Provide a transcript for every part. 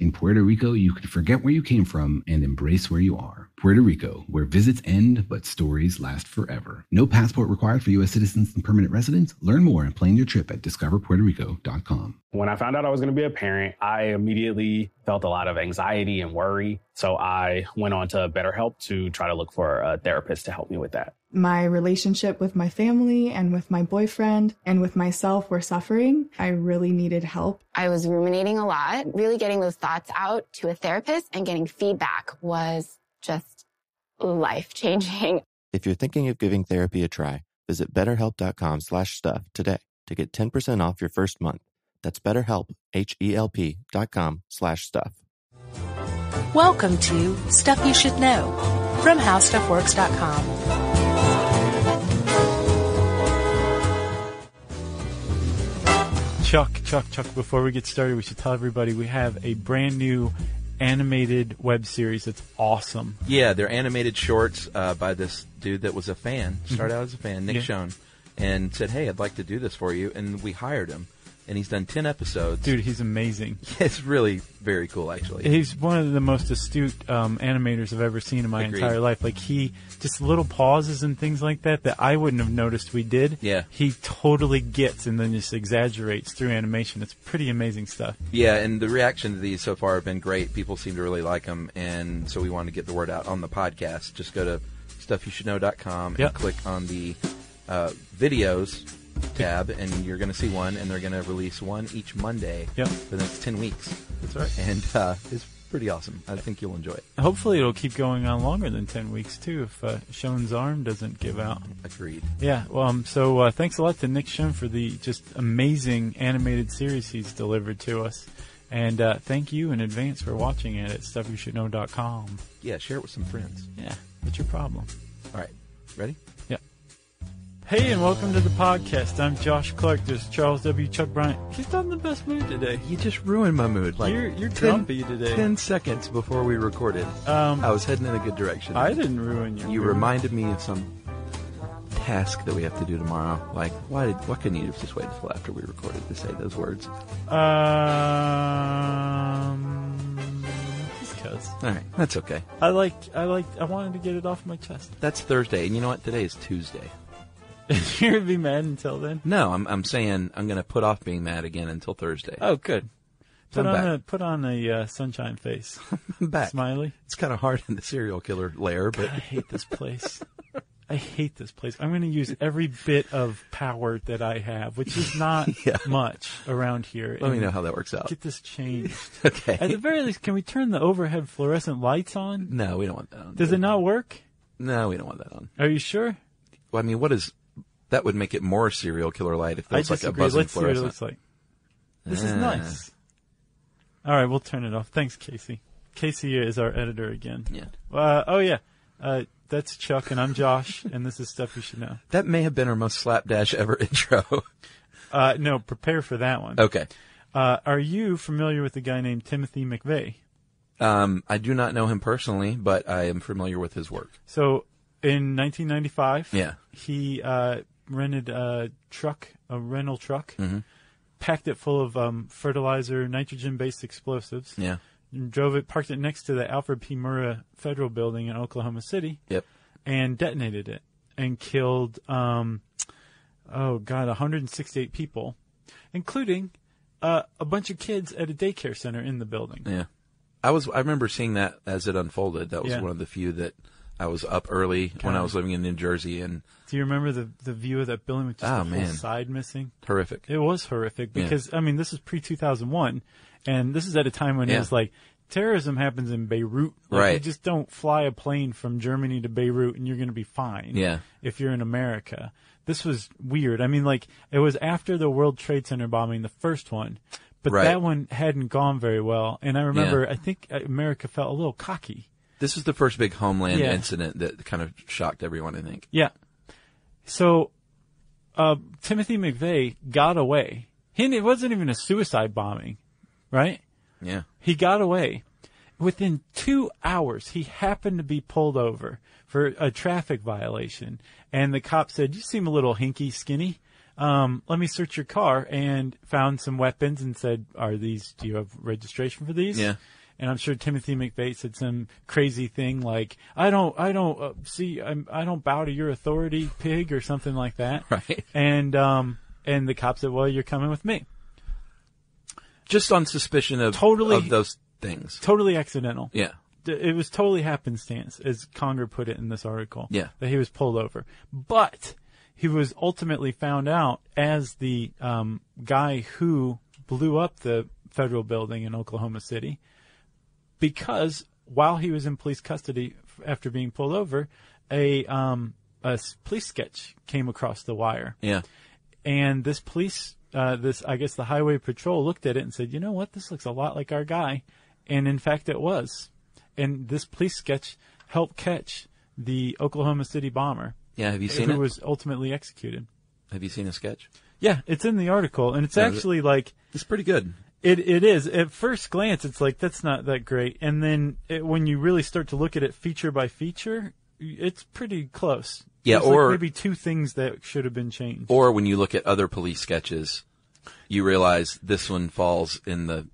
In Puerto Rico, you can forget where you came from and embrace where you are. Puerto Rico, where visits end but stories last forever. No passport required for U.S. citizens and permanent residents. Learn more and plan your trip at discoverpuertorico.com. When I found out I was going to be a parent, I immediately felt a lot of anxiety and worry. So I went on to BetterHelp to try to look for a therapist to help me with that. My relationship with my family and with my boyfriend and with myself were suffering. I really needed help. I was ruminating a lot. Really getting those thoughts out to a therapist and getting feedback was just life changing. If you're thinking of giving therapy a try, visit betterhelp.com slash stuff today to get 10% off your first month. That's betterhelp, H-E-L-P dot com slash stuff. Welcome to Stuff You Should Know from HowStuffWorks.com. Chuck, Chuck, Chuck, before we get started, we should tell everybody we have a brand new animated web series that's awesome. Yeah, they're animated shorts uh, by this dude that was a fan, started out as a fan, Mm-hmm. Nick Yeah. Schoen, and said, "Hey, I'd like to do this for you." And we hired him, and he's done ten episodes. Dude, he's amazing. it's really very cool, actually. He's one of the most astute um, animators I've ever seen in my Agreed. entire life. Like he just little pauses and things like that that I wouldn't have noticed we did. Yeah. he totally gets and then just exaggerates through animation. It's pretty amazing stuff. yeah, and the reaction to these so far have been great. People seem to really like them, and so we wanted to get the word out on the podcast. Just go to stuffyoushouldknow.com and Yep. click on the uh, videos tab, and you're going to see one, and they're going to release one each Monday Yep. for the next ten weeks, That's right. and uh, it's pretty awesome. I think you'll enjoy it. Hopefully, it'll keep going on longer than ten weeks too. If uh, Schoen's arm doesn't give out. Agreed. Yeah, well, um, so uh, thanks a lot to Nick Shun for the just amazing animated series he's delivered to us. And uh, thank you in advance for watching it at stuffyoushouldknow.com. Yeah, share it with some friends. Yeah, what's your problem? All right, ready? Hey, and welcome to the podcast. I'm Josh Clark. There's Charles W. Chuck Bryant. He's not in the best mood today. You just ruined my mood. Like You're- you're grumpy today. Ten seconds before we recorded, Um, I was heading in a good direction. I didn't ruin your you mood. reminded me of some task that we have to do tomorrow. Like, why did what couldn't you have just waited until after we recorded to say those words? Um, just 'cause. All right, that's okay. I like, I like, I wanted to get it off my chest. That's Thursday, and you know what? Today is Tuesday. You're gonna be mad until then. No, I'm I'm saying I'm gonna put off being mad again until Thursday. Oh, good. Put I'm on back. a put on a uh, sunshine face, I'm back. smiley. It's kind of hard in the serial killer lair, but I hate this place. I hate this place. I'm going to use every bit of power that I have, which is not Yeah. much around here. let me and know how that works out. Get this changed. Okay. At the very least, can we turn the overhead fluorescent lights on? No, we don't want that on. Does it not work? No, we don't want that on. Are you sure? Well, I mean, what is that would make it more serial killer light if there was I like a disagree. buzzing Let's see what it fluorescent. looks like. This is Ah. nice. All right, we'll turn it off. Thanks, Casey. Casey is our editor again. Yeah. Uh, oh yeah. Uh, that's Chuck and I'm Josh, and this is stuff you should know. That may have been our most slapdash ever intro. Uh, no, prepare for that one. okay. Uh, are you familiar with a guy named Timothy McVeigh? Um, I do not know him personally, but I am familiar with his work. So in 1995, Yeah. he uh, rented a truck, a rental truck, packed it full of um, fertilizer, nitrogen-based explosives, Yeah. and drove it, parked it next to the Alfred P. Murrah Federal Building in Oklahoma City, Yep. and detonated it and killed, um, oh God, 168 people, including uh, a bunch of kids at a daycare center in the building. Yeah. I was. I remember seeing that as it unfolded. That was Yeah. one of the few that I was up early when I was living in New Jersey and Do you remember the, the view of that building with just Ah, the whole man. side missing? horrific. It was horrific Yeah. because, I mean, this is pre 2001, and this is at a time when it Yeah. was like, Terrorism happens in Beirut. Like, You Right. just don't fly a plane from Germany to Beirut and you're going to be fine. Yeah. if you're in America. This was weird. I mean, like, it was after the World Trade Center bombing, the first one, but Right. that one hadn't gone very well. And I remember, I think uh, America felt a little cocky. This is the first big homeland Yeah. incident that kind of shocked everyone, I think. Yeah. So, uh, Timothy McVeigh got away. He, it wasn't even a suicide bombing, right? Yeah. He got away. Within two hours, he happened to be pulled over for a traffic violation. And the cop said, You seem a little hinky skinny. Um, let me search your car and found some weapons and said, Are these, do you have registration for these? Yeah. And I'm sure Timothy McVeigh said some crazy thing like, I don't, I don't, uh, see, I'm, I don't bow to your authority, pig, or something like that. Right. And, um, and the cop said, Well, you're coming with me. Just on suspicion of Totally- of those things. Totally accidental. Yeah. D- it was totally happenstance, as Conger put it in this article. Yeah. That he was pulled over. But he was ultimately found out as the um, guy who blew up the federal building in Oklahoma City because while he was in police custody f- after being pulled over, a, um, a s- police sketch came across the wire Yeah. and this police, uh, this I guess the highway patrol looked at it and said, you know what, this looks a lot like our guy, and in fact it was, and this police sketch helped catch the Oklahoma City bomber Yeah. Have you seen who it? was ultimately executed. Have you seen a sketch? Yeah, it's in the article, and it's Yeah, is it- actually like It's pretty good. it, it is. At first glance, it's like that's not that great, and then it, when you really start to look at it feature by feature, it's pretty close. Yeah, There's like or- maybe two things that should have been changed. Or when you look at other police sketches, you realize this one falls in the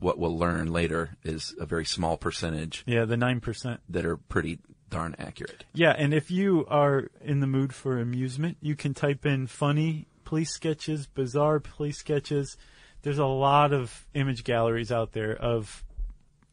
what we'll learn later is a very small percentage yeah, the nine percent. that are pretty darn accurate. Yeah, and if you are in the mood for amusement, you can type in funny police sketches, bizarre police sketches. There's a lot of image galleries out there of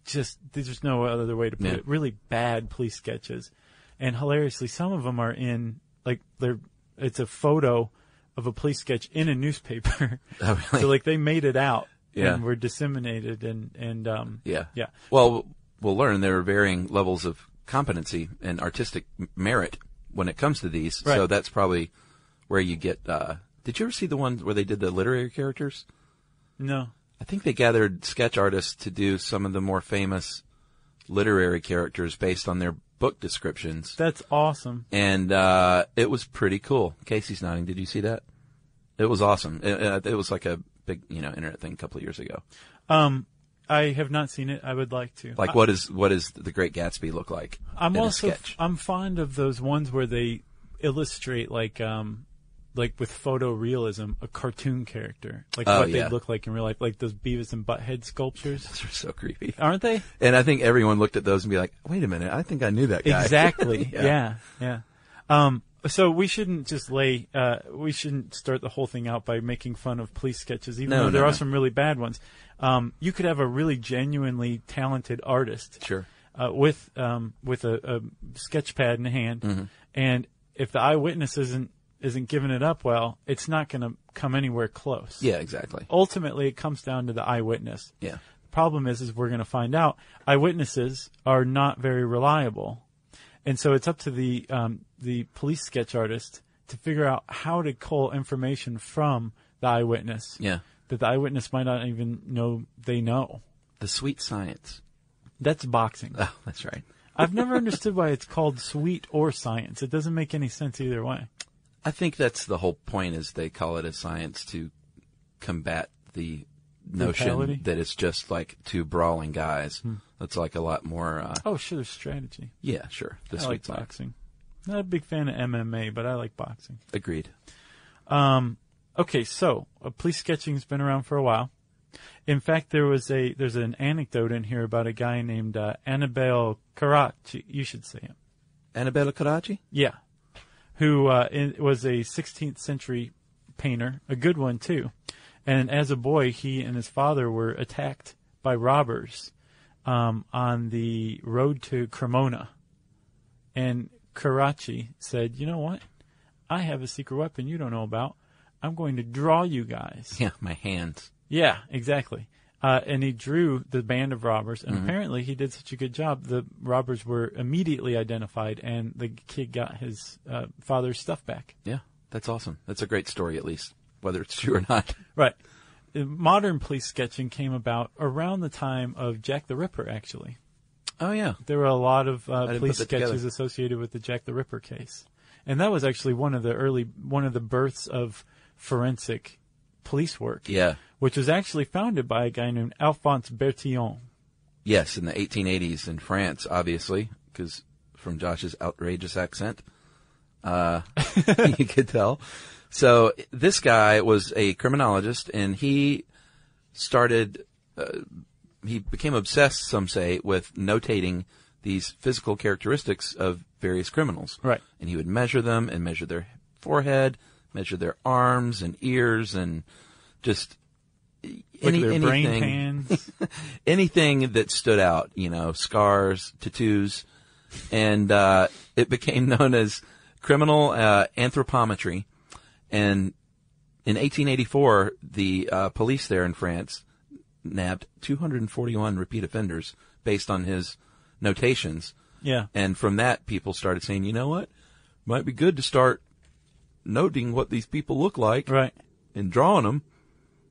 just there's just no other way to put Yeah. it. Really bad police sketches, and hilariously, some of them are in like they're it's a photo of a police sketch in a newspaper. Oh, really? So like they made it out Yeah. and were disseminated and and um Yeah. yeah Well, we'll learn there are varying levels of competency and artistic m- merit when it comes to these. So Right. that's probably where you get. Uh, did you ever see the one where they did the literary characters? no I think they gathered sketch artists to do some of the more famous literary characters based on their book descriptions. that's awesome. and uh, it was pretty cool. Casey's nodding. Did you see that? It was awesome. It, uh, it- it was like a big, you know, internet thing a couple of years ago. Um, I have not seen it. I would like to. Like, what is what is the Great Gatsby look like I'm in also a sketch? I'm fond of those ones where they illustrate like um like with photorealism a cartoon character like Oh, what yeah. they look like in real life like those Beavis and Butthead sculptures Those are so creepy. aren't they And I think everyone looked at those and be like, "Wait a minute, I think I knew that guy." exactly yeah. yeah um so we shouldn't just lay uh we shouldn't start the whole thing out by making fun of police sketches even No, though no, there no. are some really bad ones um you could have a really genuinely talented artist Sure. uh, with um, with a, a sketch pad in hand, Mm-hmm. and if the eyewitness isn't isn't giving it up well, it's not going to come anywhere close. Yeah, exactly. Oh. Ultimately, it comes down to the eyewitness. Yeah. The problem is, is we're going to find out eyewitnesses are not very reliable, and so it's up to the um, the police sketch artist to figure out how to cull information from the eyewitness Yeah. that the eyewitness might not even know they know. The sweet science. That's boxing. Oh, that's right. I've never understood why it's called sweet or science. It doesn't make any sense either way. I think that's the whole point is they call it a science to combat the notion Mentality? that it's just like two brawling guys. That's like a lot more, uh, Hmm. Oh, sure, there's strategy. yeah, sure. The I sweet like science. boxing. Not a big fan of MMA, but I like boxing. Agreed. Um, okay, so uh, police sketching's been around for a while. In fact, there was a there's an anecdote in here about a guy named uh, Annabelle Karachi. You should say him. Annabella Karachi? Yeah, who uh, in, was a 16th century painter, a good one too. And as a boy, he and his father were attacked by robbers um, on the road to Cremona. And Karachi said, "You know what? I have a secret weapon you don't know about. I'm going to draw you guys." Yeah, my hands. Yeah, exactly. Uh, and he drew the band of robbers, Mm-hmm. and apparently he did such a good job. The robbers were immediately identified, and the kid got his uh, father's stuff back. Yeah, that's awesome. That's a great story, at least, whether it's true or not. Right. Uh, Modern police sketching came about around the time of Jack the Ripper, actually. Oh yeah. There were a lot of didn't uh, put police that sketches together. associated with the Jack the Ripper case, and that was actually one of the early one of the births of forensic police work. Yeah. which was actually founded by a guy named Alphonse Bertillon. Yes, in the 1880s in France, obviously, because from Josh's outrageous accent, uh, you could tell. So this guy was a criminologist, and he started. Uh, he became obsessed, some say, with notating these physical characteristics of various criminals. Right. And he would measure them and measure their forehead, measure their arms and ears, and just Look any- at their brain anything- pans. anything that stood out, you know, scars, tattoos, and uh, it became known as criminal uh, anthropometry. And in 1884, the uh, police there in France nabbed 241 repeat offenders based on his notations. yeah, And from that, people started saying, you know what? Might be good to start noting what these people look like right. and drawing them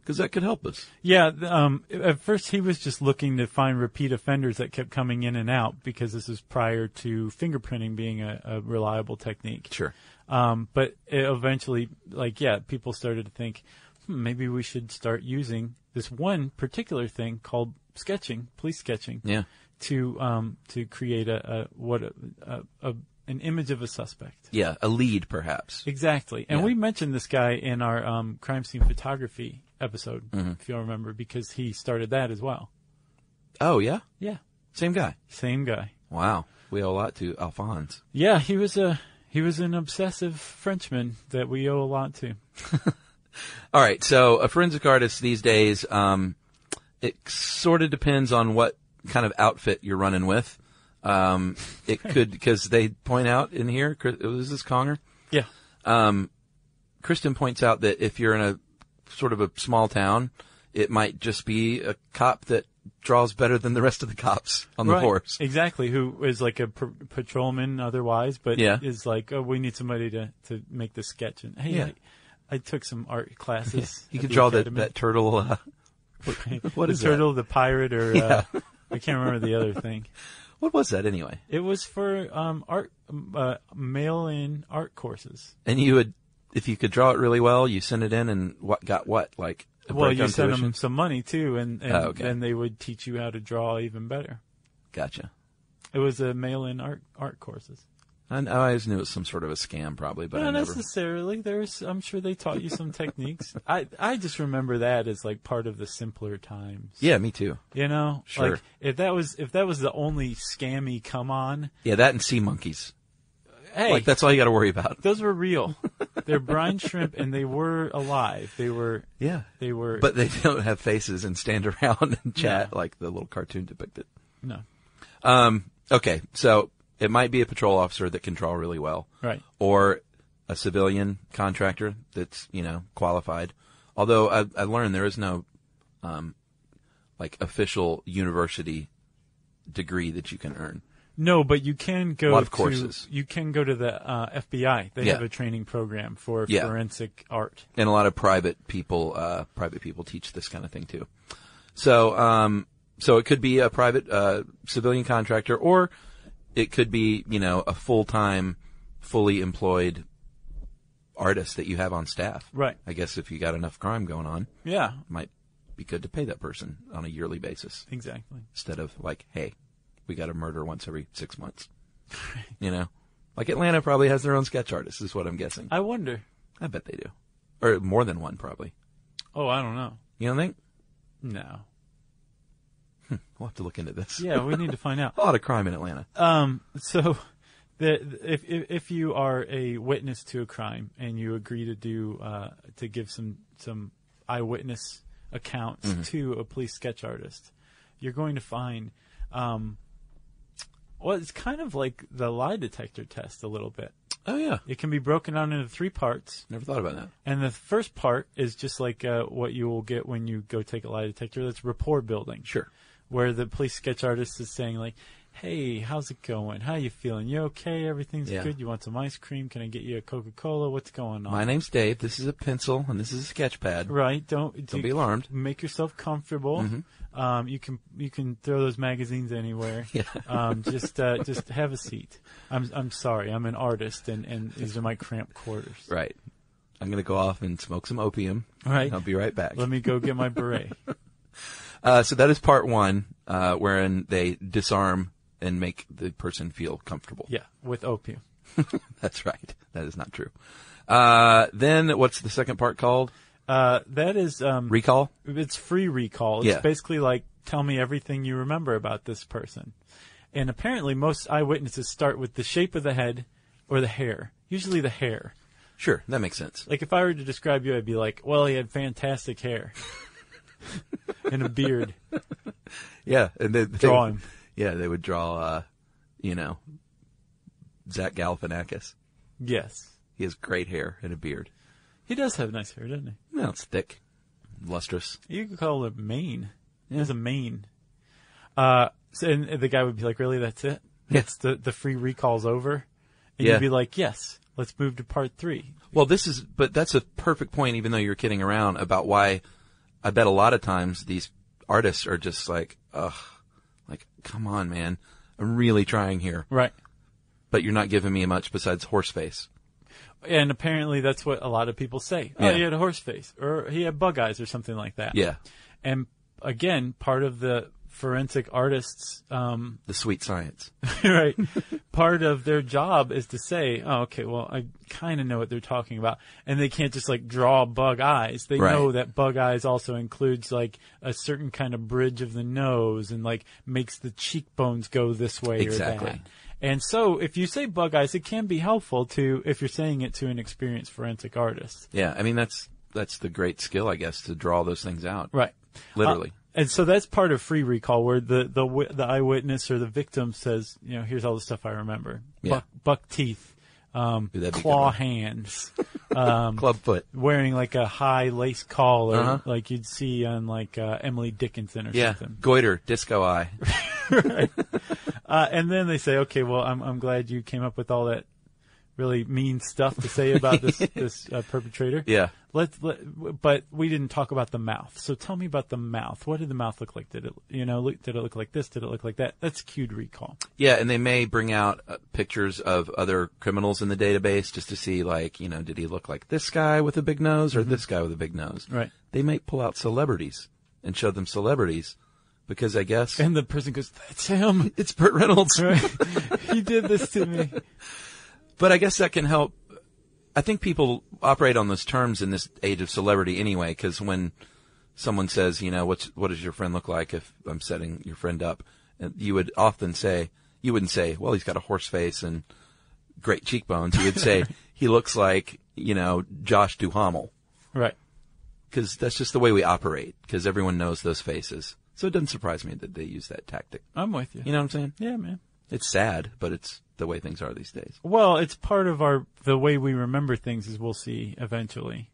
because that could help us. Yeah, th- um, at first he was just looking to find repeat offenders that kept coming in and out because this was prior to fingerprinting being a, a reliable technique. Sure. Um, but it eventually, like, yeah, people started to think hmm, maybe we should start using this one particular thing called sketching, police sketching, Yeah. to um, to create a, a what a, a, a an image of a suspect. Yeah. A lead, perhaps. Exactly. And Yeah. we mentioned this guy in our um, crime scene photography episode, if you'll remember, because he started that as well. Oh, yeah? Yeah. Same guy. Same guy. Wow. We owe a lot to Alphonse. Yeah, he was a he was an obsessive Frenchman that we owe a lot to. All right. So a forensic artist these days, um, it sort of depends on what kind of outfit you're running with. Um, it could, because they point out in here, Chris- was this Conger? Yeah. Kristen points out that if you're in a sort of a small town, it might just be a cop that draws better than the rest of the cops on the Right. force. Exactly, who is like a pr- patrolman otherwise, but Yeah. is like, oh, we need somebody to, to make this sketch. And hey, Yeah. I, I took some art classes. You at can the draw that, academy. that turtle. Uh, what the is that? turtle, the pirate, or uh, I can't remember the other thing. what was that anyway? It was for um, art um, uh, mail-in art courses. And you would, if you could draw it really well, you send it in and what got what? Like, a Well, break you on sent tuition? them some money too, and, and Oh, okay. then they would teach you how to draw even better. Gotcha. It was a mail-in art art courses. I, I always knew it was some sort of a scam, probably, but I Not never. necessarily. There's, I'm sure they taught you some techniques. I I just remember that as like part of the simpler times. Yeah, me too. You know, Sure. like if that was if that was the only scammy come on, Yeah, that and sea monkeys. hey, Like that's all you got to worry about. those were real. They're brine shrimp, and they were alive. They were Yeah, They were, but they don't have faces and stand around and chat like the little cartoon depicted. no, Um. Okay, so it might be a patrol officer that can draw really well, right? or a civilian contractor that's you know qualified. Although I, I learned there is no, um, like official university degree that you can earn. No, but you can go A lot of to, courses. You can go to the uh, FBI. They Yeah. have a training program for Yeah. forensic art. and a lot of private people, uh, private people teach this kind of thing too. So, um, so it could be a private, uh, civilian contractor or it could be, you know, a full-time, fully employed artist that you have on staff. Right. I guess if you got enough crime going on, Yeah, it might be good to pay that person on a yearly basis exactly. instead of like, hey, we got a murder once every six months. You know, like Atlanta probably has their own sketch artists is what I'm guessing. I wonder. I bet they do. Or more than one probably. Oh, I don't know. You don't think? No. We'll have to look into this. Yeah, we need to find out. A lot of crime in Atlanta. Um, so, the, the- if, if if you are a witness to a crime and you agree to do uh, to give some some eyewitness accounts Mm-hmm. to a police sketch artist, you're going to find, um, well, it's kind of like the lie detector test a little bit. Oh yeah. It can be broken down into three parts. Never thought about that. And the first part is just like uh, what you will get when you go take a lie detector. That's rapport building. Sure. Where the police sketch artist is saying like, Hey, how's it going? How you feeling? You okay? Everything's Yeah. good? You want some ice cream? Can I get you a Coca Cola? What's going on? My name's Dave. This is a pencil and this is a sketch pad. Right. Don't Don't be alarmed. Mm-hmm. Make yourself comfortable. Um, you can you can throw those magazines anywhere. Yeah. Um, just uh, just have a seat. I'm I'm sorry. I'm an artist, and, and these are my cramped quarters. Right. I'm going to go off and smoke some opium. All right. and I'll be right back. Let me go get my beret. Uh, so that is part one, uh, wherein they disarm and make the person feel comfortable. yeah, with opium. That's right. That is not true. Uh, then what's the second part called? Uh, that is um, Recall? it's free recall. It's Yeah. basically like tell me everything you remember about this person. And apparently, most eyewitnesses start with the shape of the head or the hair. Usually, the hair. Sure. That makes sense. Like if I were to describe you, I'd be like, well, he had fantastic hair and a beard. Yeah. And they, they Draw would- him. Yeah. They would draw, uh, you know, Zach Galifianakis. Yes, He has great hair and a beard. he does have nice hair, doesn't Well, it's thick, lustrous. he? You could call it mane. He has a mane. Uh, so, and the guy would be like, really? That's it? Yeah. That's the the free recall's over. And Yeah. you'd be like, yes. Let's move to part three. Well, this is, but that's a perfect point, even though you're kidding around about why I bet a lot of times these artists are just like, ugh, like, come on, man. I'm really trying here, Right. but you're not giving me much besides horse face. And apparently that's what a lot of people say. Oh, Yeah. he had a horse face or he had bug eyes or something like that. Yeah. And again, part of the forensic artist's, um, The sweet science. right. Part of their job is to say, oh, okay, well, I kind of know what they're talking about. And they can't just like draw bug eyes. They Right. know that bug eyes also includes like a certain kind of bridge of the nose and like makes the cheekbones go this way or Exactly. that. And so if you say bug eyes, it can be helpful to, if you're saying it to an experienced forensic artist. Yeah. I mean, that's, that's the great skill, I guess, to draw those things out. Right. Literally. Uh, and so that's part of free recall, where the the wi- the eyewitness or the victim says, you know, here's all the stuff I remember: Yeah. buck, buck teeth, um, Ooh, that'd be a good claw one. hands, Club foot. wearing like a high lace collar, Uh-huh. like you'd see on like uh, Emily Dickinson or Yeah. something. Goiter, disco eye. Uh, and then they say, okay, well, I'm I'm glad you came up with all that really mean stuff to say about this this uh, perpetrator. Yeah. Let's, let, but we didn't talk about the mouth. So tell me about the mouth. What did the mouth look like? Did it, you know, look, did it look like this? Did it look like that? That's cued recall. Yeah, and they may bring out uh, pictures of other criminals in the database just to see, like, you know, did he look like this guy with a big nose or this guy with a big nose? Mm-hmm. Right. They might pull out celebrities and show them celebrities because I guess And the person goes, that's him. it's Burt Reynolds. Right? he did this to me. But I guess that can help. I think people operate on those terms in this age of celebrity anyway, because when someone says, you know, what's, what does your friend look like if I'm setting your friend up? And you would often say, you wouldn't say, well, he's got a horse face and great cheekbones. You would say, he looks like, you know, Josh Duhamel. Right. Because that's just the way we operate, because everyone knows those faces. So it doesn't surprise me that they use that tactic. I'm with you. You know what I'm saying? Yeah, man. It's sad, but it's the way things are these days. Well, it's part of our, the way we remember things as we'll see eventually.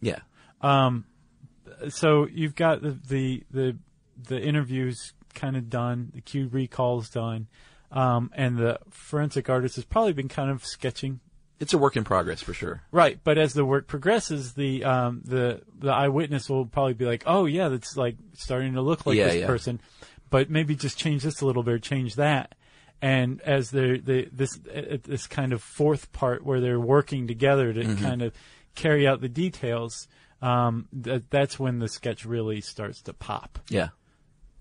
Yeah. So you've got the, the, the, the interviews kind of done, the cue recalls done. Um, and the forensic artist has probably been kind of sketching It's a work in progress for sure. Right, but as the work progresses, the um, the the eyewitness will probably be like, "Oh yeah, that's like starting to look like Yeah, this yeah. person," but maybe just change this a little bit, or change that, and as they're they, this uh, this kind of fourth part where they're working together to Mm-hmm. kind of carry out the details, um, th- that's when the sketch really starts to pop. Yeah.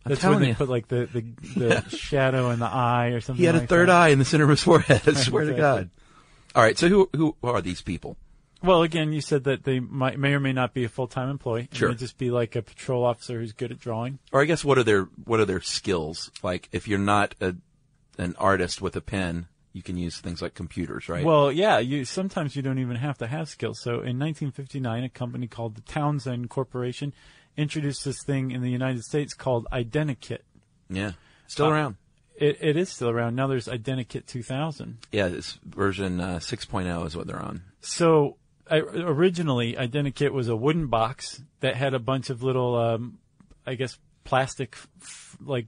I'm That's telling when they you. put like the the, the shadow in the eye or something. He had a like third that. eye in the center of his forehead. I swear to Exactly. God. All right. So who who are these people? Well, again, you said that they might, may or may not be a full time employee. It Sure. may just be like a patrol officer who's good at drawing. Or I guess what are their what are their skills? Like if you're not a an artist with a pen, you can use things like computers, right? Well, yeah, you sometimes you don't even have to have skills. So in 1959, a company called the Townsend Corporation introduced this thing in the United States called Identikit. yeah. Still Uh, around. It, it is still around. Now there's Identikit 2000. Yeah, it's version uh, 6.0 is what they're on. So I, originally, Identikit was a wooden box that had a bunch of little, um, I guess, plastic, f- like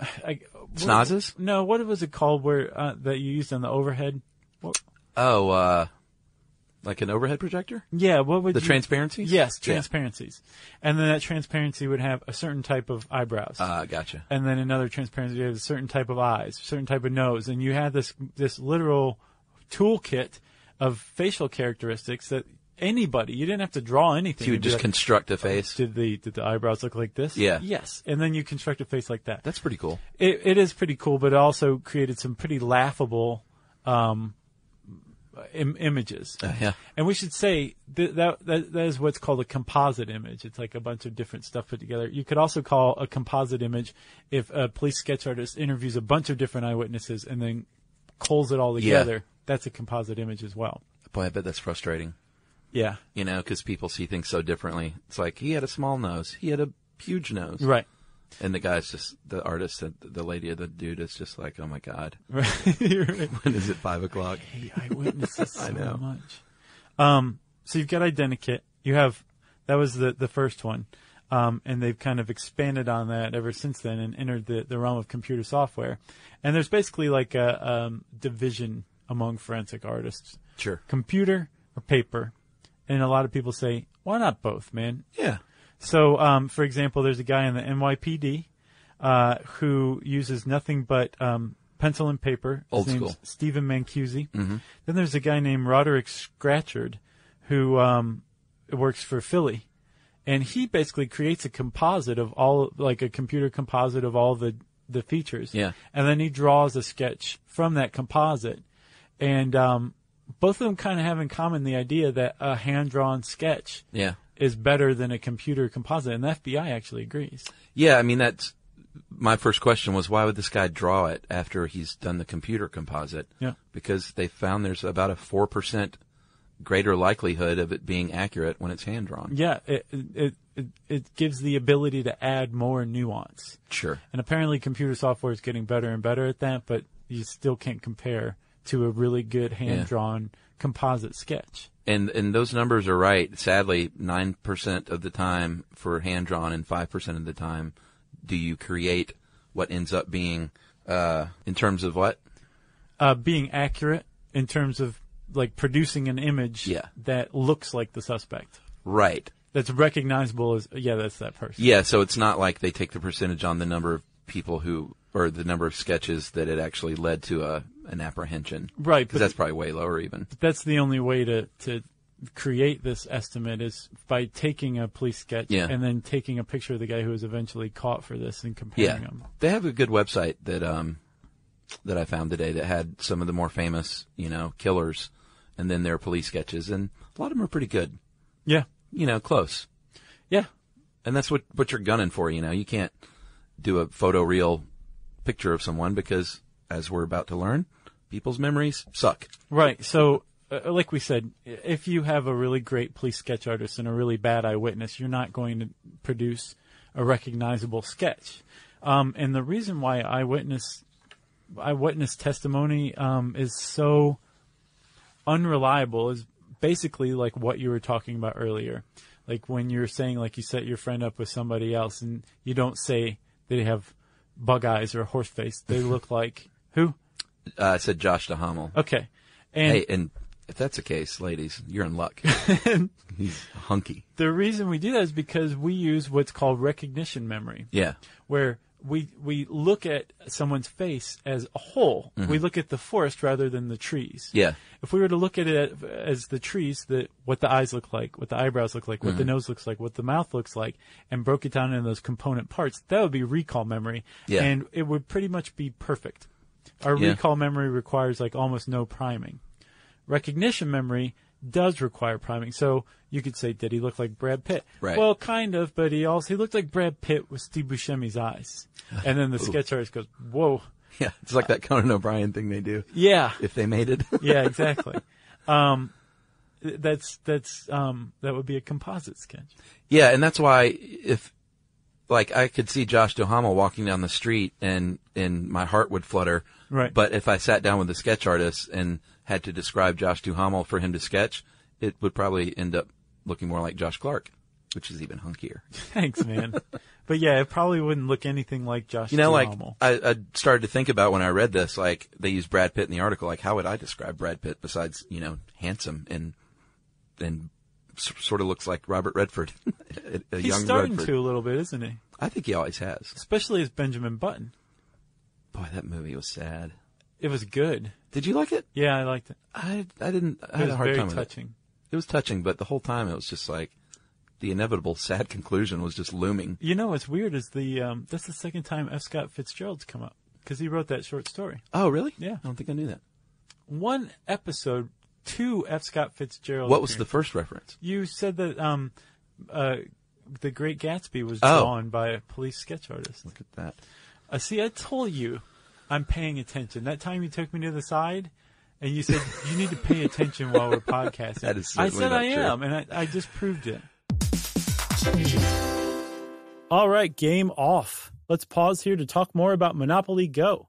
I, Snozzes? No, what was it called where uh, that you used on the overhead? What, Oh, uh, like an overhead projector? yeah, what would The you, transparencies? Yes, Yeah. transparencies, and then that transparency would have a certain type of eyebrows. Uh, gotcha. and then another transparency you have a certain type of eyes, certain type of nose, and you have this this literal toolkit of facial characteristics that anybody you didn't have to draw anything. You You'd would be just like, construct a face. did the did the eyebrows look like this? Yeah. Yes, and then you construct a face like that. That's pretty cool. It, it is pretty cool, but it also created some pretty laughable um, Im- images. Uh, yeah. And we should say th- that, that that is what's called a composite image. It's like a bunch of different stuff put together. You could also call a composite image if a police sketch artist interviews a bunch of different eyewitnesses and then culls it all Yeah. together. That's a composite image as well. Boy, I bet that's frustrating. Yeah. You know, because people see things so differently. It's like he had a small nose, he had a huge nose, Right. and the guy's just the artist, the, the lady, or the dude is just like, oh my god, Right. You're right. when is it five o'clock? The eyewitnesses so I know. much. Um, so you've got Identikit. You have that was the the first one, um, and they've kind of expanded on that ever since then and entered the the realm of computer software. And there's basically like a um, division among forensic artists: Sure. computer or paper. And a lot of people say, "Why not both, man?" Yeah. So, um, for example, there's a guy in the NYPD uh, who uses nothing but um, pencil and paper. Old His name's school. Mm-hmm. Stephen Mancusi. Then there's a guy named Roderick Scratchard who um, works for Philly. And he basically creates a composite of all, like a computer composite of all the, the features. Yeah. And then he draws a sketch from that composite. And um, both of them kind of have in common the idea that a hand drawn sketch Yeah. is better than a computer composite, and the FBI actually agrees. Yeah. I mean, that's my first question was why would this guy draw it after he's done the computer composite? Yeah. Because they found there's about a four percent greater likelihood of it being accurate when it's hand drawn. Yeah, it it it, it gives the ability to add more nuance, Sure. and apparently computer software is getting better and better at that, but you still can't compare to a really good hand drawn composite sketch. And and those numbers are right. Sadly, nine percent of the time for hand drawn, and five percent of the time do you create what ends up being uh, in terms of what? Uh, being accurate in terms of like producing an image Yeah. that looks like the suspect, Right. that's recognizable as yeah, that's that person. Yeah. So it's not like they take the percentage on the number of people who or the number of sketches that it actually led to a an apprehension. Right, but- Because that's probably way lower even. that's the only way to to create this estimate is by taking a police sketch Yeah. and then taking a picture of the guy who was eventually caught for this and Yeah. comparing them. They have a good website that um that I found today that had some of the more famous, you know, killers and then their police sketches and a lot of them are pretty good. Yeah. you know, close. Yeah. And that's what, what you're gunning for, you know. You can't do a photoreal picture of someone because, as we're about to learn, people's memories suck. Right. So uh, like we said, i- if you have a really great police sketch artist and a really bad eyewitness, you're not going to produce a recognizable sketch. Um, and the reason why eyewitness eyewitness testimony um, is so unreliable is basically like what you were talking about earlier. Like when you're saying like you set your friend up with somebody else and you don't say they have bug eyes or horse face. They look like who? Uh, I said Josh DeHamel. Okay. And Hey, and if that's the case, ladies, you're in luck. He's hunky. the reason we do that is because we use what's called recognition memory, Yeah. where we we look at someone's face as a whole. We look at the forest rather than the trees. Yeah. If we were to look at it as the trees, that what the eyes look like, what the eyebrows look like, what Mm-hmm. the nose looks like, what the mouth looks like, and broke it down into those component parts, that would be recall memory, Yeah. and it would pretty much be perfect. Our Yeah. recall memory requires like almost no priming. Recognition memory does require priming, so you could say, did he look like Brad Pitt? Right. Well, kind of, but he also he looked like Brad Pitt with Steve Buscemi's eyes, and then the sketch artist goes, whoa, Yeah. It's like that Conan O'Brien thing they do yeah, if they made it. yeah, exactly. um, th- that's that's um, that would be a composite sketch. Yeah, and that's why if like I could see Josh Duhamel walking down the street and and my heart would flutter. Right. But if I sat down with a sketch artist and had to describe Josh Duhamel for him to sketch, it would probably end up looking more like Josh Clark, which is even hunkier. Thanks, man. But yeah, it probably wouldn't look anything like Josh. You know, like Duhamel. I, I started to think about when I read this, like they use Brad Pitt in the article. Like, how would I describe Brad Pitt besides you know handsome and and s- sort of looks like Robert Redford, a- a he's young starting Redford. to a little bit, isn't he? I think he always has. Especially as Benjamin Button. Boy, that movie was sad. It was good. Did you like it? Yeah, I liked it. I I didn't. I It had was a hard very time with it. touching. It was touching, but the whole time it was just like the inevitable sad conclusion was just looming. You know what's weird is the um, that's the second time F. Scott Fitzgerald's come up because he wrote that short story. Oh, really? Yeah. I don't think I knew that. One episode, two F. Scott Fitzgerald. What was the appearances. first reference? You said that um, uh, the Great Gatsby was Oh. drawn by a police sketch artist. Look at that. Uh, see, I told you, I'm paying attention. That time you took me to the side, and you said you need to pay attention while we're podcasting. That is I certainly said not I true. am, and I, I just proved it. All right, game off. Let's pause here to talk more about Monopoly Go.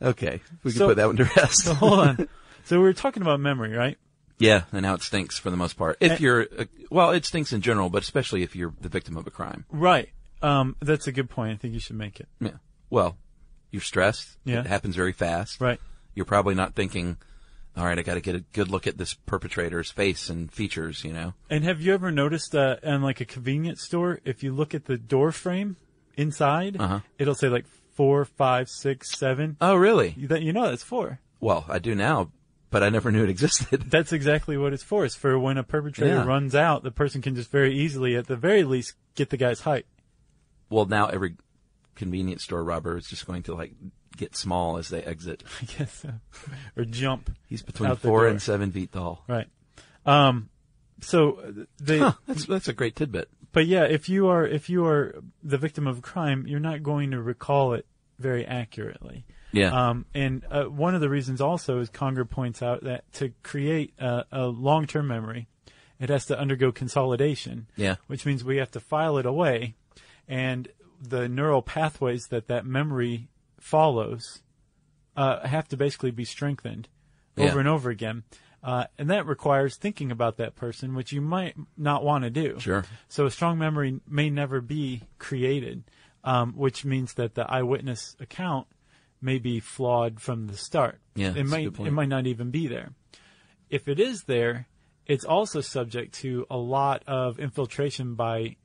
Okay. We can So- put that one to rest. So hold on. so we were talking about memory, right? Yeah, and how it stinks for the most part. If you're, uh, well, it stinks in general, but especially if you're the victim of a crime. Right. Um, that's a good point. I think you should make it. Yeah. Well, you're stressed. Yeah. It happens very fast. Right. You're probably not thinking, all right, I got to get a good look at this perpetrator's face and features, you know? And have you ever noticed uh, in like a convenience store, if you look at the door frame inside, Uh-huh. it'll say like four, five, six, seven. Oh, really? You- That you know that's for. Well, I do now, but I never knew it existed. That's exactly what it's for. It's for when a perpetrator Yeah. runs out, the person can just very easily, at the very least, get the guy's height. well, now every convenience store robber is just going to like get small as they exit. I guess, so. or jump. He's between Out the four door. and seven feet tall. Right. Um. So uh, they, Huh, that's, that's a great tidbit. but yeah, if you are if you are the victim of a crime, you're not going to recall it very accurately. Yeah. Um, and uh, one of the reasons also is Conger points out that to create uh, a long term memory, it has to undergo consolidation. Yeah. Which means we have to file it away, and the neural pathways that that memory follows uh, have to basically be strengthened over Yeah. and over again. Uh, and that requires thinking about that person, which you might not want to do. Sure. So a strong memory may never be created, um, which means that the eyewitness account may be flawed from the start. Yeah, it that's a might good point. it might not even be there. If it is there, it's also subject to a lot of infiltration by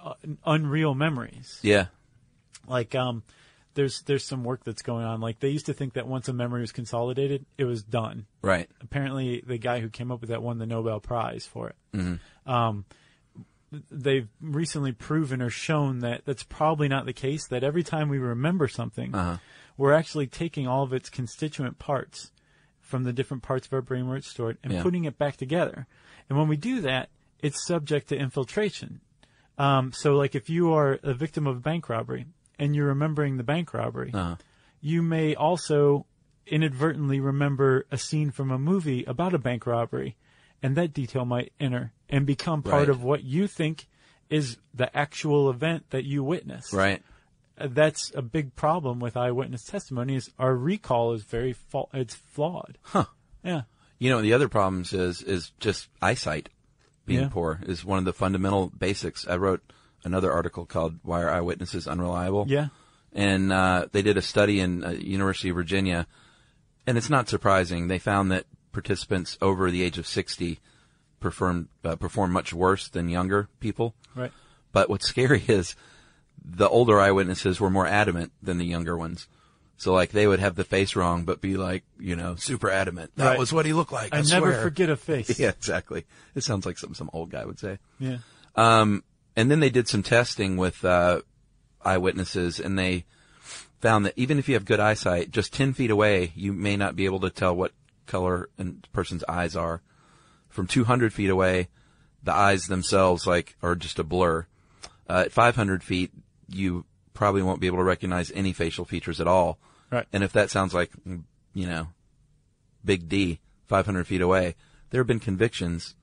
uh, unreal memories. yeah. Like um, there's there's some work that's going on. Like they used to think that once a memory was consolidated, it was done Right. apparently the guy who came up with that won the Nobel Prize for it. Um, they've recently proven or shown that that's probably not the case. That every time we remember something, we're actually taking all of its constituent parts from the different parts of our brain where it's stored and Yeah. putting it back together. And when we do that, it's subject to infiltration. Um, so, like if you are a victim of a bank robbery and you're remembering the bank robbery, Uh, you may also inadvertently remember a scene from a movie about a bank robbery, and that detail might enter and become part Right. of what you think is the actual event that you witnessed. Right. Uh, That's a big problem with eyewitness testimony. Is our recall is very fa- it's flawed. Huh. Yeah. You know, the other problems is is just eyesight being Yeah. poor is one of the fundamental basics. I wrote another article called "Why Are Eyewitnesses Unreliable?" Yeah. and uh, they did a study in uh, University of Virginia, and it's not surprising they found that participants over the age of sixty performed uh, perform much worse than younger people. Right. But what's scary is the older eyewitnesses were more adamant than the younger ones. So like they would have the face wrong, but be like, you know, super adamant. That Right. was what he looked like. I, I never swear." forget a face. Yeah, exactly. It sounds like something some old guy would say. Yeah. Um, and then they did some testing with uh, eyewitnesses, and they found that even if you have good eyesight, just ten feet away, you may not be able to tell what color a person's eyes are. From 200 feet away, the eyes themselves like are just a blur. Uh, at 500 feet, you probably won't be able to recognize any facial features at all. Right. And if that sounds like, mm, you know, Big D, 500 feet away, there have been convictions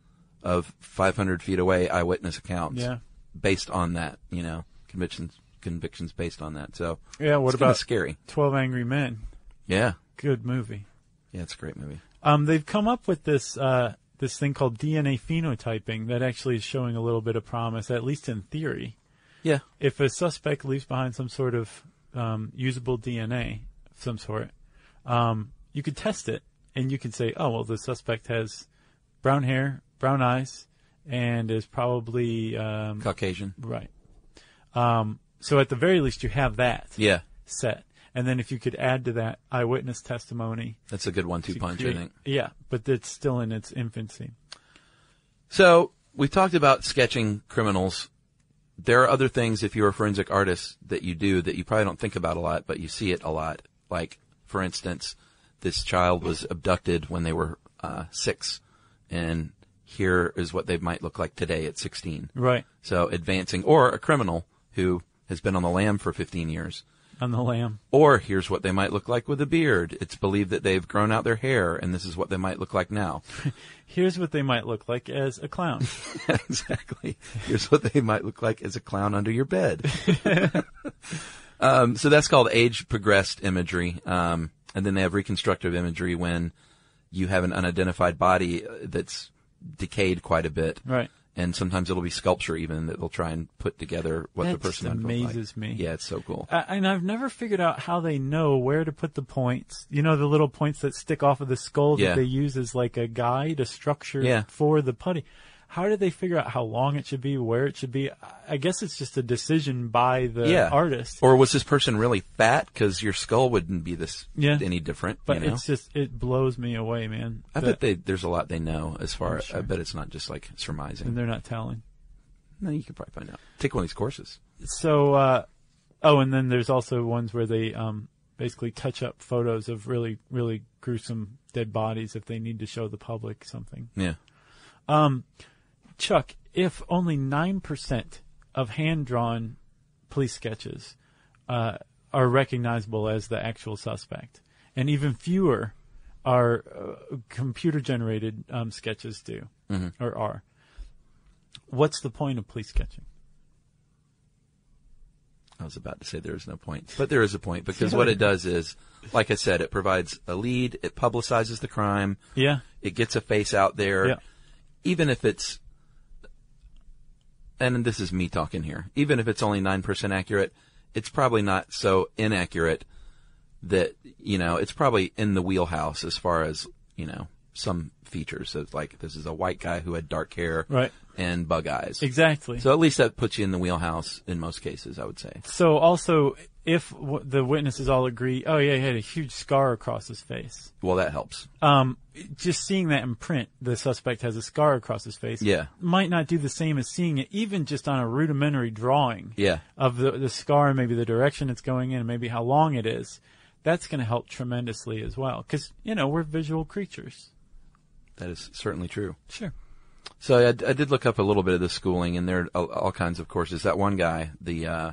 of 500 feet away eyewitness accounts. Yeah. Based on that, you know, convictions, convictions based on that. So Yeah. What it's kinda about scary? Twelve Angry Men? Yeah. Good movie. Yeah, it's a great movie. Um, they've come up with this uh, this thing called DNA phenotyping that actually is showing a little bit of promise, at least in theory. Yeah. If a suspect leaves behind some sort of um, usable DNA of some sort, um, you could test it and you could say, oh, well, the suspect has brown hair, brown eyes, and is probably um, Caucasian. right. Um, so at the very least, you have that Yeah. set. And then if you could add to that eyewitness testimony, That's a good one-two to punch, create- I think. Yeah, but it's still in its infancy. So we've talked about sketching criminals. There are other things if you're a forensic artist that you do that you probably don't think about a lot, but you see it a lot. Like, for instance, this child was abducted when they were uh, six, and here is what they might look like today at 16. Right. So advancing, or a criminal who has been on the lam for 15 years. On the lamb. Or here's what they might look like with a beard. It's believed that they've grown out their hair, and this is what they might look like now. Here's what they might look like as a clown. exactly. Here's what they might look like as a clown under your bed. um, so that's called age progressed imagery. Um, and then they have reconstructive imagery when you have an unidentified body uh, that's decayed quite a bit. right. And sometimes it'll be sculpture even that they'll try and put together what the That person just might look like. amazes me. Yeah, it's so cool. I, and I've never figured out how they know where to put the points. You know, the little points that stick off of the skull that Yeah. they use as like a guide, a structure Yeah. for the putty. How do they figure out how long it should be, where it should be? I- I guess it's just a decision by the yeah. artist. Or was this person really fat? Because your skull wouldn't be this Yeah. any different. but you know? it's just it blows me away, man. I that- bet they, there's a lot they know as far. I'm sure. I bet it's not just like and surmising. they're not telling. No, you could probably find out. Take one of these courses. So, uh, oh, and then there's also ones where they um, basically touch up photos of really, really gruesome dead bodies if they need to show the public something. Yeah. Chuck, if only 9% of hand drawn police sketches uh, are recognizable as the actual suspect, and even fewer are uh, computer generated um, sketches do or are, what's the point of police sketching? I was about to say there is no point, but there is a point because what it does is, like I said, it provides a lead. It publicizes the crime. Yeah. It gets a face out there. Yeah. Even if it's, and this is me talking here, even if it's only 9% accurate, it's probably not so inaccurate that, you know, it's probably in the wheelhouse as far as, you know, some features of like, this is a white guy who had dark hair Right. and bug eyes. Exactly. So at least that puts you in the wheelhouse in most cases, I would say. So also, if w- the witnesses all agree, oh yeah, he had a huge scar across his face. Well, that helps. Um, just seeing that in print, the suspect has a scar across his face. Yeah. might not do the same as seeing it, even just on a rudimentary drawing. Yeah. of the the scar, and maybe the direction it's going in, and maybe how long it is. That's going to help tremendously as well, because you know we're visual creatures. That is certainly true. Sure. So I, I did look up a little bit of the schooling, and there are all, all kinds of courses. That one guy, the uh,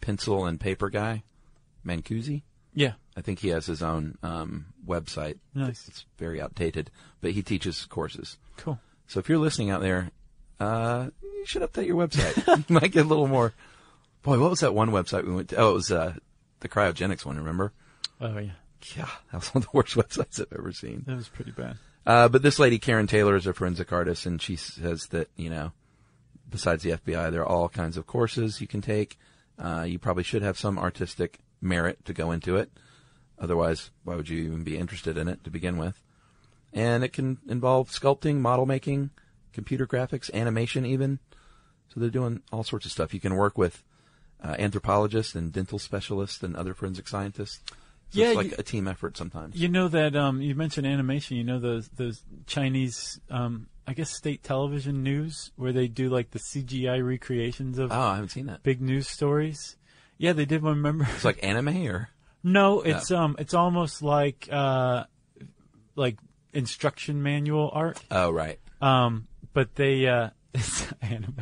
pencil and paper guy, Mancusi, Yeah. I think he has his own um, website. Nice. It's very outdated, but he teaches courses. Cool. So if you're listening out there, uh, you should update your website. you might get a little more. Boy, what was that one website we went to? Oh, it was uh, the cryogenics one, remember? Oh yeah, Yeah, that was one of the worst websites I've ever seen. that was pretty bad. Uh, but this lady, Karen Taylor, is a forensic artist, and she says that, you know, besides the FBI, there are all kinds of courses you can take. Uh, you probably should have some artistic merit to go into it. Otherwise, why would you even be interested in it to begin with? And it can involve sculpting, model making, computer graphics, animation, even. So they're doing all sorts of stuff. You can work with uh, anthropologists and dental specialists and other forensic scientists. So Yeah, it's like you- a team effort sometimes. You know that um, you mentioned animation. You know those those Chinese, um, I guess, state television news where they do like the CGI recreations of Oh, I haven't seen that. big news stories. Yeah, they did one. Remember? It's like anime or no, it's um, it's almost like uh, like instruction manual art. oh right, Um, but they uh, it's anime.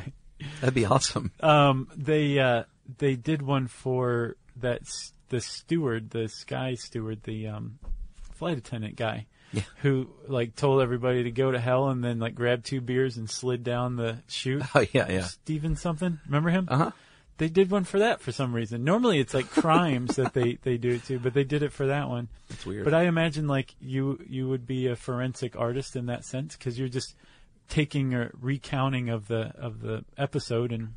that'd be awesome. Um, they uh, they did one for that s- the steward, the sky steward, the um, flight attendant guy, Yeah. who like told everybody to go to hell and then like grabbed two beers and slid down the chute. Oh yeah, yeah. Steven something, remember him? Uh huh. They did one for that for some reason. Normally it's like crimes that they they do it to, but they did it for that one. It's weird. But I imagine like you you would be a forensic artist in that sense because you're just taking a recounting of the of the episode and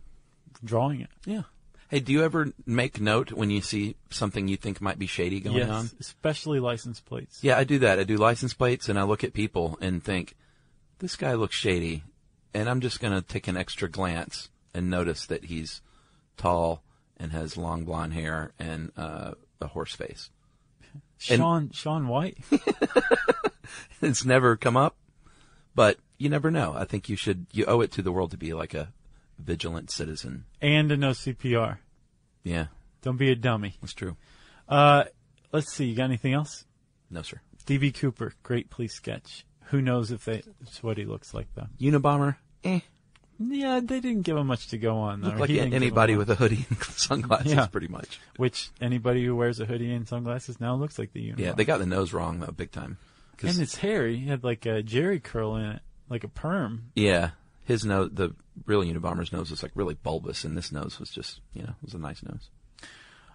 drawing it. yeah. Hey, do you ever make note when you see something you think might be shady going yes, on? especially license plates. Yeah, I do that. I do license plates and I look at people and think, this guy looks shady. And I'm just going to take an extra glance and notice that he's tall and has long blonde hair and uh, a horse face. And- Sean Sean White. it's never come up, but you never know. I think you should, you owe it to the world to be like a vigilant citizen. and a no CPR. Yeah, Don't be a dummy. that's true. Uh, let's see. You got anything else? No, sir. D.B. Cooper, great police sketch. Who knows if they, it's what he looks like though? Unabomber, eh, Yeah, they didn't give him much to go on though. look like He didn't give him anybody much. with a hoodie and sunglasses, Yeah. pretty much. which anybody who wears a hoodie and sunglasses now looks like the unicorn. Yeah, they got the nose wrong though, big time. 'Cause- and his hair. He had like a jerry curl in it, like a perm. Yeah, his nose, the real Unabomber's nose was like really bulbous, and this nose was just, you know, it was a nice nose.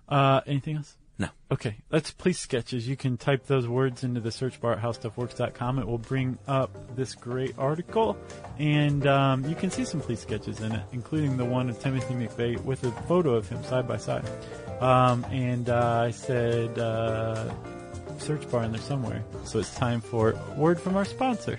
Uh, anything else? No. Okay, that's police sketches. You can type those words into the search bar at howstuffworks.com. It will bring up this great article, and um, you can see some police sketches in it, including the one of Timothy McVeigh with a photo of him side by side. Um, and uh, I said uh, search bar in there somewhere. So it's time for a word from our sponsor.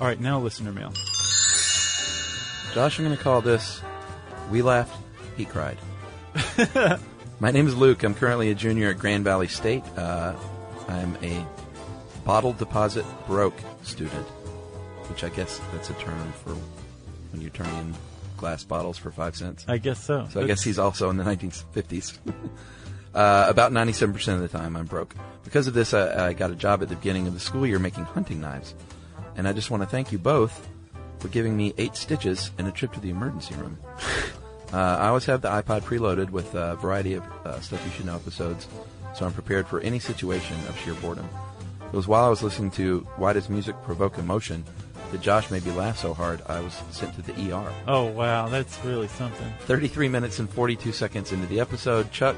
All right, now listener mail. Josh, I'm going to call this We Laughed, He Cried. My name is Luke. I'm currently a junior at Grand Valley State. Uh, I'm a bottle deposit broke student, which I guess that's a term for when you're turning in glass bottles for five cents. I guess so. So I guess he's also in the 1950s. uh, about 97% of the time, I'm broke. Because of this, I, I got a job at the beginning of the school year making hunting knives. And I just want to thank you both for giving me eight stitches and a trip to the emergency room. uh, I always have the iPod preloaded with a variety of uh, stuff you should know episodes, so I'm prepared for any situation of sheer boredom. It was while I was listening to Why Does Music Provoke Emotion that Josh made me laugh so hard I was sent to the ER. Oh, wow. That's really something. 33 minutes and 42 seconds into the episode, Chuck,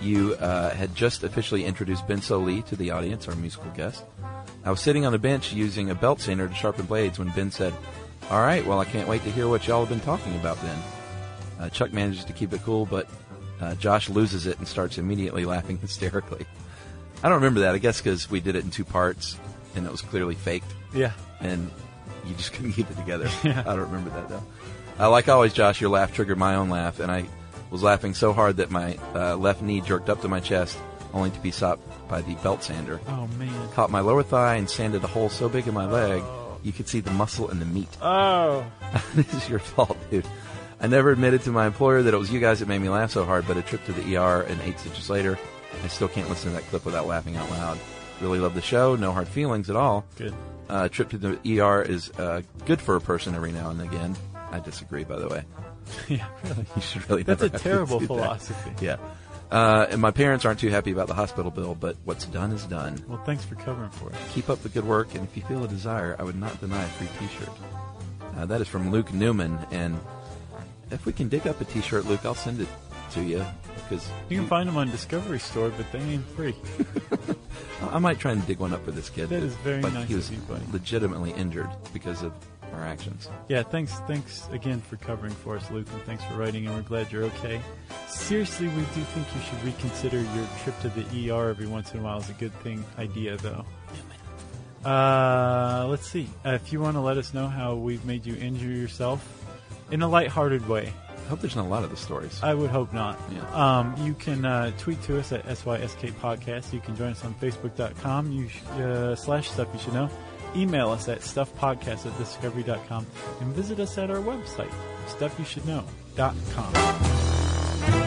you uh, had just officially introduced Ben So Lee to the audience, our musical guest. I was sitting on a bench using a belt sander to sharpen blades when Ben said, All right, well, I can't wait to hear what y'all have been talking about then. Uh, Chuck manages to keep it cool, but uh, Josh loses it and starts immediately laughing hysterically. I don't remember that, I guess because we did it in two parts and it was clearly faked Yeah. and you just couldn't keep it together. I don't remember that though. Uh, like always, Josh, your laugh triggered my own laugh, and I was laughing so hard that my uh, left knee jerked up to my chest, only to be stopped by the belt sander. Oh, man. Caught my lower thigh and sanded a hole so big in my leg, you could see the muscle and the meat. Oh. this is your fault, dude. I never admitted to my employer that it was you guys that made me laugh so hard, but a trip to the ER and eight stitches later, I still can't listen to that clip without laughing out loud. Really love the show, no hard feelings at all. Good. Uh, trip to the ER is uh, good for a person every now and again. I disagree, by the way. yeah, really. You should really. That's never a have to terrible do that. philosophy. Yeah. Uh, and my parents aren't too happy about the hospital bill, but what's done is done. Well, thanks for covering for us. Keep up the good work, and if you feel a desire, I would not deny a free T-shirt. Uh, that is from Luke Newman, and if we can dig up a T-shirt, Luke, I'll send it to you because You can find them on Discovery Store, but they ain't free. I I might try and dig one up for this kid. That but- is very but nice He of was you, buddy. legitimately injured because of our actions. Yeah, thanks, thanks again for covering for us, Luke, and thanks for writing, and we're glad you're okay. Seriously, we do think you should reconsider your trip to the ER every once in a while. is a good thing idea, though. Uh, let's see. Uh, if you want to let us know how we've made you injure yourself in a lighthearted way, I hope there's not a lot of the stories. I would hope not. Yeah. Um, you can uh, tweet to us at SYSK Podcast. You can join us on Facebook.com you sh- uh, slash Stuff You Should Know. Email us at StuffPodcast at Discovery.com and visit us at our website, StuffYouShouldKnow.com.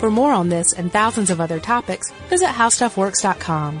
For more on this and thousands of other topics, visit howstuffworks.com.